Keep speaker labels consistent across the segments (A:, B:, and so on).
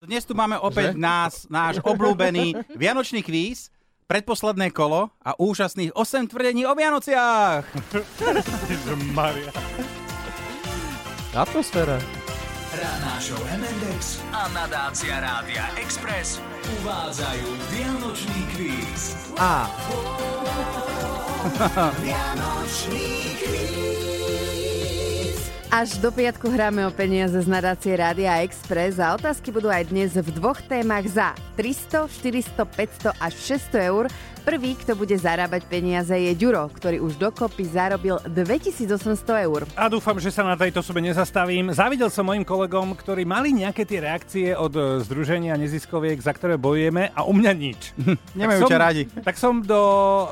A: dnes tu máme opäť nás, náš obľúbený Vianočný kvíz, predposledné kolo a úžasných 8 tvrdení o Vianociach.
B: Maria.
C: Atmosféra.
D: Rána show MNDX a nadácia Rádia Express uvádzajú Vianočný kvíz.
A: A
E: Až do piatku hráme o peniaze z nadácie Rádia Express a otázky budú aj dnes v dvoch témach za 300, 400, 500 až 600 eur. Prvý, kto bude zarábať peniaze je Ďuro, ktorý už dokopy zarobil 2800 eur.
B: A dúfam, že sa na tejto sobe nezastavím. Závidel som mojim kolegom, ktorí mali nejaké tie reakcie od e, združenia neziskoviek, za ktoré bojujeme a u mňa nič.
A: nemajú
B: Tak
A: ťa
B: som-
A: radi.
B: Tak som do uh,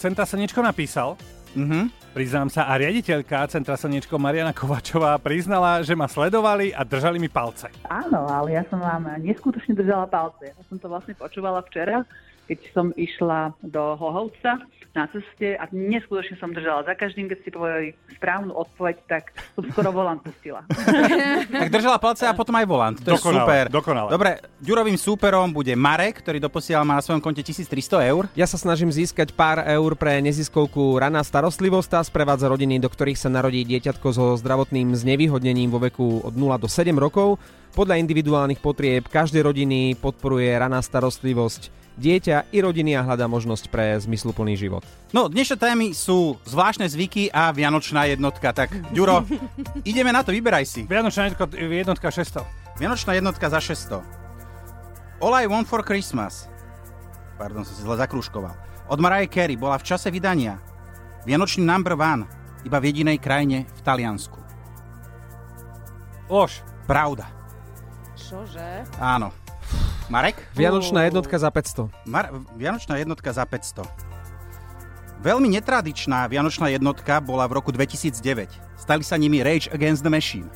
B: Centra Slnečko napísal,
A: Mhm.
B: priznám sa, a riaditeľka Centra Slnečko Mariana Kovačová priznala, že ma sledovali a držali mi palce.
F: Áno, ale ja som vám neskutočne držala palce. Ja som to vlastne počúvala včera, keď som išla do Hlohovca na ceste a neskutočne som držala. Za každým, keď si povedali správnu odpoveď, tak som skoro volant pustila.
A: Tak držala palce a potom aj volant. To je
B: Dokonale,
A: super.
B: dokonale.
A: Dobre, Ďurovým súperom bude Marek, ktorý doposiaľ má na svojom konte 1300 eur.
C: Ja sa snažím získať pár eur pre neziskovku Raná starostlivosť a sprevádza rodiny, do ktorých sa narodí dieťatko so zdravotným znevýhodnením vo veku od 0 do 7 rokov. Podľa individuálnych potrieb každej rodiny podporuje Raná starostlivosť dieťa i rodiny a hľadá možnosť pre zmysluplný život.
A: No, dnešné témy sú zvláštne zvyky a vianočná jednotka. Tak, Ďuro, ideme na to, vyberaj si.
B: Vianočná jednotka, jednotka 600.
A: Vianočná jednotka za 600. All I Want for Christmas. Pardon, som si zle zakrúškoval. Od Mariah Carey bola v čase vydania. Vianočný number one. Iba v jedinej krajine, v Taliansku.
B: Lož.
A: Pravda.
E: Čože?
A: Áno. Marek?
C: Vianočná jednotka za 500.
A: Mar- Vianočná jednotka za 500. Veľmi netradičná Vianočná jednotka bola v roku 2009. Stali sa nimi Rage Against the Machine.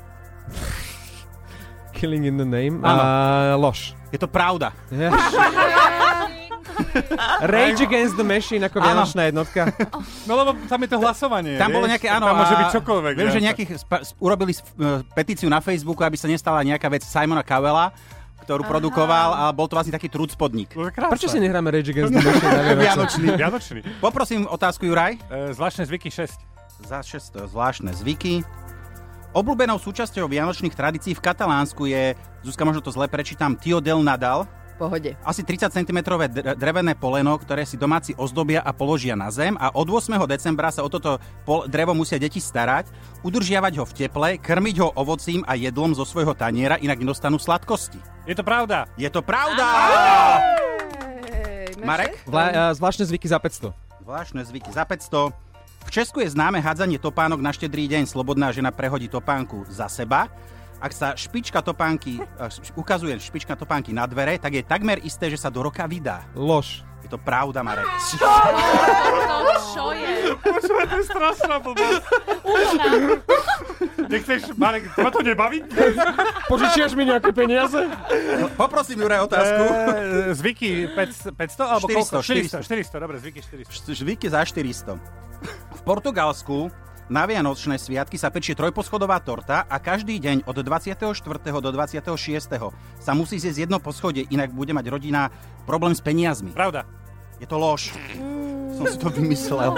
C: Killing in the name.
A: Áno.
C: A lož.
A: Je to pravda.
C: Rage Against the Machine ako Vianočná jednotka.
B: No lebo tam je to hlasovanie.
A: Tam
B: vieš?
A: bolo nejaké, áno.
B: Tam môže
A: a
B: byť čokoľvek.
A: Viem, že
B: vieš.
A: nejakých, spa- s- urobili s- e, petíciu na Facebooku, aby sa nestala nejaká vec Simona Cowella, ktorú produkoval a bol to vlastne taký trúc podnik.
B: No, krásne.
C: Prečo si nehráme Rage Against the Machine na Vianoce?
B: Vianočný. Vianočný.
A: Poprosím otázku, Juraj.
B: E, zvláštne zvyky 6.
A: Za 600 zvláštne zvyky. Obľúbenou súčasťou vianočných tradícií v Katalánsku je, Zuzka, možno to zle prečítam, Tio del Nadal,
E: Pohode.
A: asi 30 cm dr- drevené poleno, ktoré si domáci ozdobia a položia na zem a od 8. decembra sa o toto pol- drevo musia deti starať, udržiavať ho v teple, krmiť ho ovocím a jedlom zo svojho taniera, inak nedostanú sladkosti.
B: Je to pravda.
A: Je to pravda! Marek?
C: Vla, a zvláštne zvyky za 500.
A: Zvláštne zvyky za 500. V Česku je známe hádzanie topánok na štedrý deň. Slobodná žena prehodí topánku za seba. Ak sa špička topánky, eh, šp- ukazuje špička topánky na dvere, tak je takmer isté, že sa do roka vydá.
C: Lož.
A: Je to pravda, Marek.
G: To čo je?
B: To je strašná blbosť. Nechceš, Marek, ma to nebaví?
C: Požičiaš mi nejaké peniaze?
A: Poprosím Juraj otázku.
B: Eh, zvyky 500, 500 alebo
A: 400,
B: koľko? 400, 400, dobre, zvyky 400.
A: Žvíky za 400. V Portugalsku na Vianočné sviatky sa pečie trojposchodová torta a každý deň od 24. do 26. sa musí zjesť jedno poschodie, inak bude mať rodina problém s peniazmi.
B: Pravda.
A: Je to lož. Som si to vymyslel.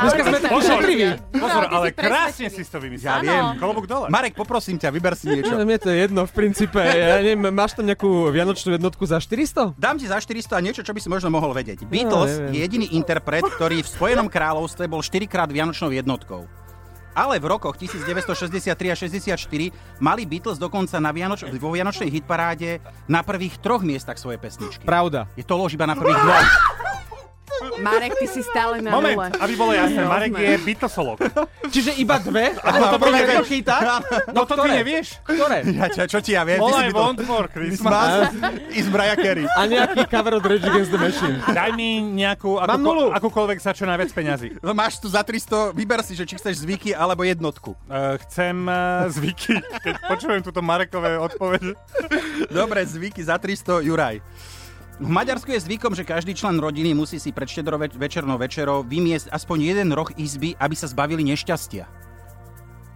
C: Dneska sme takí šetriví.
B: Pozor,
G: ty
B: ale
G: si
B: krásne si to vymyslel.
A: Ja viem.
B: Klobúk dole.
A: Marek, poprosím ťa, vyber si niečo.
C: Mne to je jedno v princípe. Ja neviem, máš tam nejakú vianočnú jednotku za 400?
A: Dám ti za 400 a niečo, čo by si možno mohol vedieť. Beatles
C: neviem.
A: je jediný interpret, ktorý v Spojenom kráľovstve bol 4 krát vianočnou jednotkou. Ale v rokoch 1963 a 64 mali Beatles dokonca na Vianoč- vo Vianočnej hitparáde na prvých troch miestach svoje pesničky.
C: Pravda.
A: Je to lož iba na prvých dvoch.
E: Marek, ty si stále na
B: Moment,
E: nule.
B: aby bolo jasné, Marek je Beatlesolog.
C: Čiže iba dve?
A: to
C: A to
A: prvé
C: prvé
A: dve.
C: to chytá?
B: No to ty
C: ktoré?
B: nevieš.
C: Ktoré?
A: Ja, čo, čo ti ja viem? Ty
B: All
A: si
B: I
A: Beatles-
B: want for Christmas.
A: I z Braja Kerry.
C: A nejaký cover od Rage Against the Machine.
B: Daj mi nejakú,
C: Mám nulu.
B: akúko, akúkoľvek sa čo najviac peňazí.
A: No máš tu za 300, vyber si, že či chceš zvyky alebo jednotku.
B: Eh, chcem eh, zvyky, keď počujem túto Marekové odpovede.
A: Dobre, zvyky za 300, Juraj. V Maďarsku je zvykom, že každý člen rodiny musí si pred štedroveč- večernou večerou vymiesť aspoň jeden roh izby, aby sa zbavili nešťastia.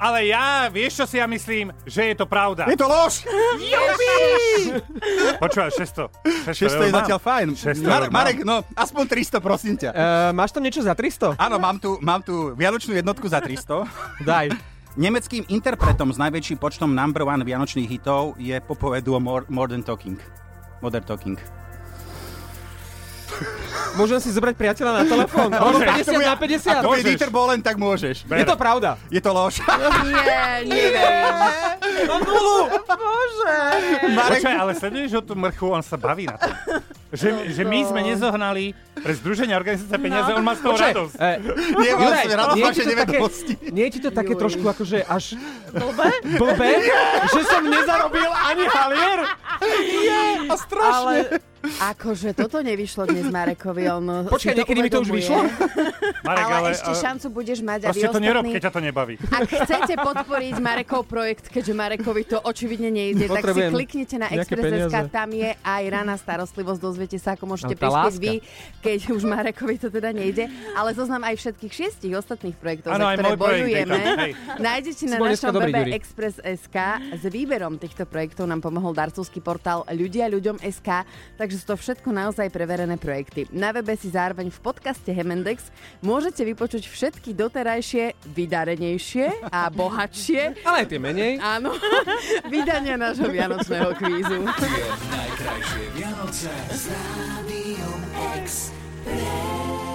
B: ale ja, vieš čo si ja myslím, že je to pravda.
H: Je to lož!
B: Počúvaj,
A: 600
B: 600.
A: je
B: eur mám.
A: zatiaľ fajn.
B: 600
A: Mar-
B: eur mám.
A: Marek, no aspoň 300, prosím ťa.
C: Uh, máš tam niečo za 300?
A: Áno, mám tu, mám tu vianočnú jednotku za 300.
C: Daj.
A: Nemeckým interpretom s najväčším počtom number one vianočných hitov je popové duo More, More Than Talking. Modern Talking.
C: Môžem si zobrať priateľa na telefón. Ono 50 na 50.
B: to
A: Keď
B: Môžeš.
A: Dieter Bohlen, tak môžeš.
C: Je to pravda.
A: Je to lož.
E: Nie, neviem.
B: Počkaj, ale sleduješ ho tú mrchu, on sa baví na tom. Že, že my
A: No.
B: sme nezohnali pre Združenia organizácia peniaze, on má z toho
C: Počkaj,
B: radosť.
C: eh,
A: Nie,
C: Juraj,
A: vlastne, radosť
C: nie je
A: vašej
C: ti to také-
A: nevedomosti.
C: Nie je ti to také trošku akože až... Blbé? Blbé? že som nezarobil ani halier?
E: Ale akože toto nevyšlo dnes Marekovi, on
C: Počkaj,
E: si to
C: niekedy mi to už
E: uvedomuje.
C: vyšlo.
B: Marek,
E: Ale,
B: ale,
E: ešte
B: ale
E: šancu budeš mať a vy
B: proste to nerob,
E: ostatní-
B: keď ťa to nebaví.
E: Ak chcete podporiť Marekov projekt, keďže Marekovi to očividne nejde, tak si
C: Potrebujem
E: kliknite na
C: nejaké
E: Express.sk,
C: peniaze.
E: tam je aj rana starostlivosť, dozviete sa, ako môžete
C: Ale tá
E: prispieť
C: láska.
E: vy, keď už Marekovi to teda nejde. Ale zoznam aj všetkých šiestich ostatných projektov,
B: Áno,
E: za
B: aj
E: ktoré
B: môj projekt je
E: bojujeme.
B: tam, hej.
E: Nájdete na
C: Si bol dneska
E: našom
C: dobrý,
E: webe
C: Juri.
E: Express.sk. S výberom týchto projektov nám pomohol darcovský portál ľudia ľuďom SK, takže sú to všetko naozaj preverené projekty. Na webe si zároveň v podcaste Hemendex môžete vypočuť všetky doterajšie, vydarenejšie a bohatšie
C: Ale aj tie menej.
E: Áno, vydania nášho vianočného kvízu.
D: Najkrajšie Vianoce s Rádiom Express.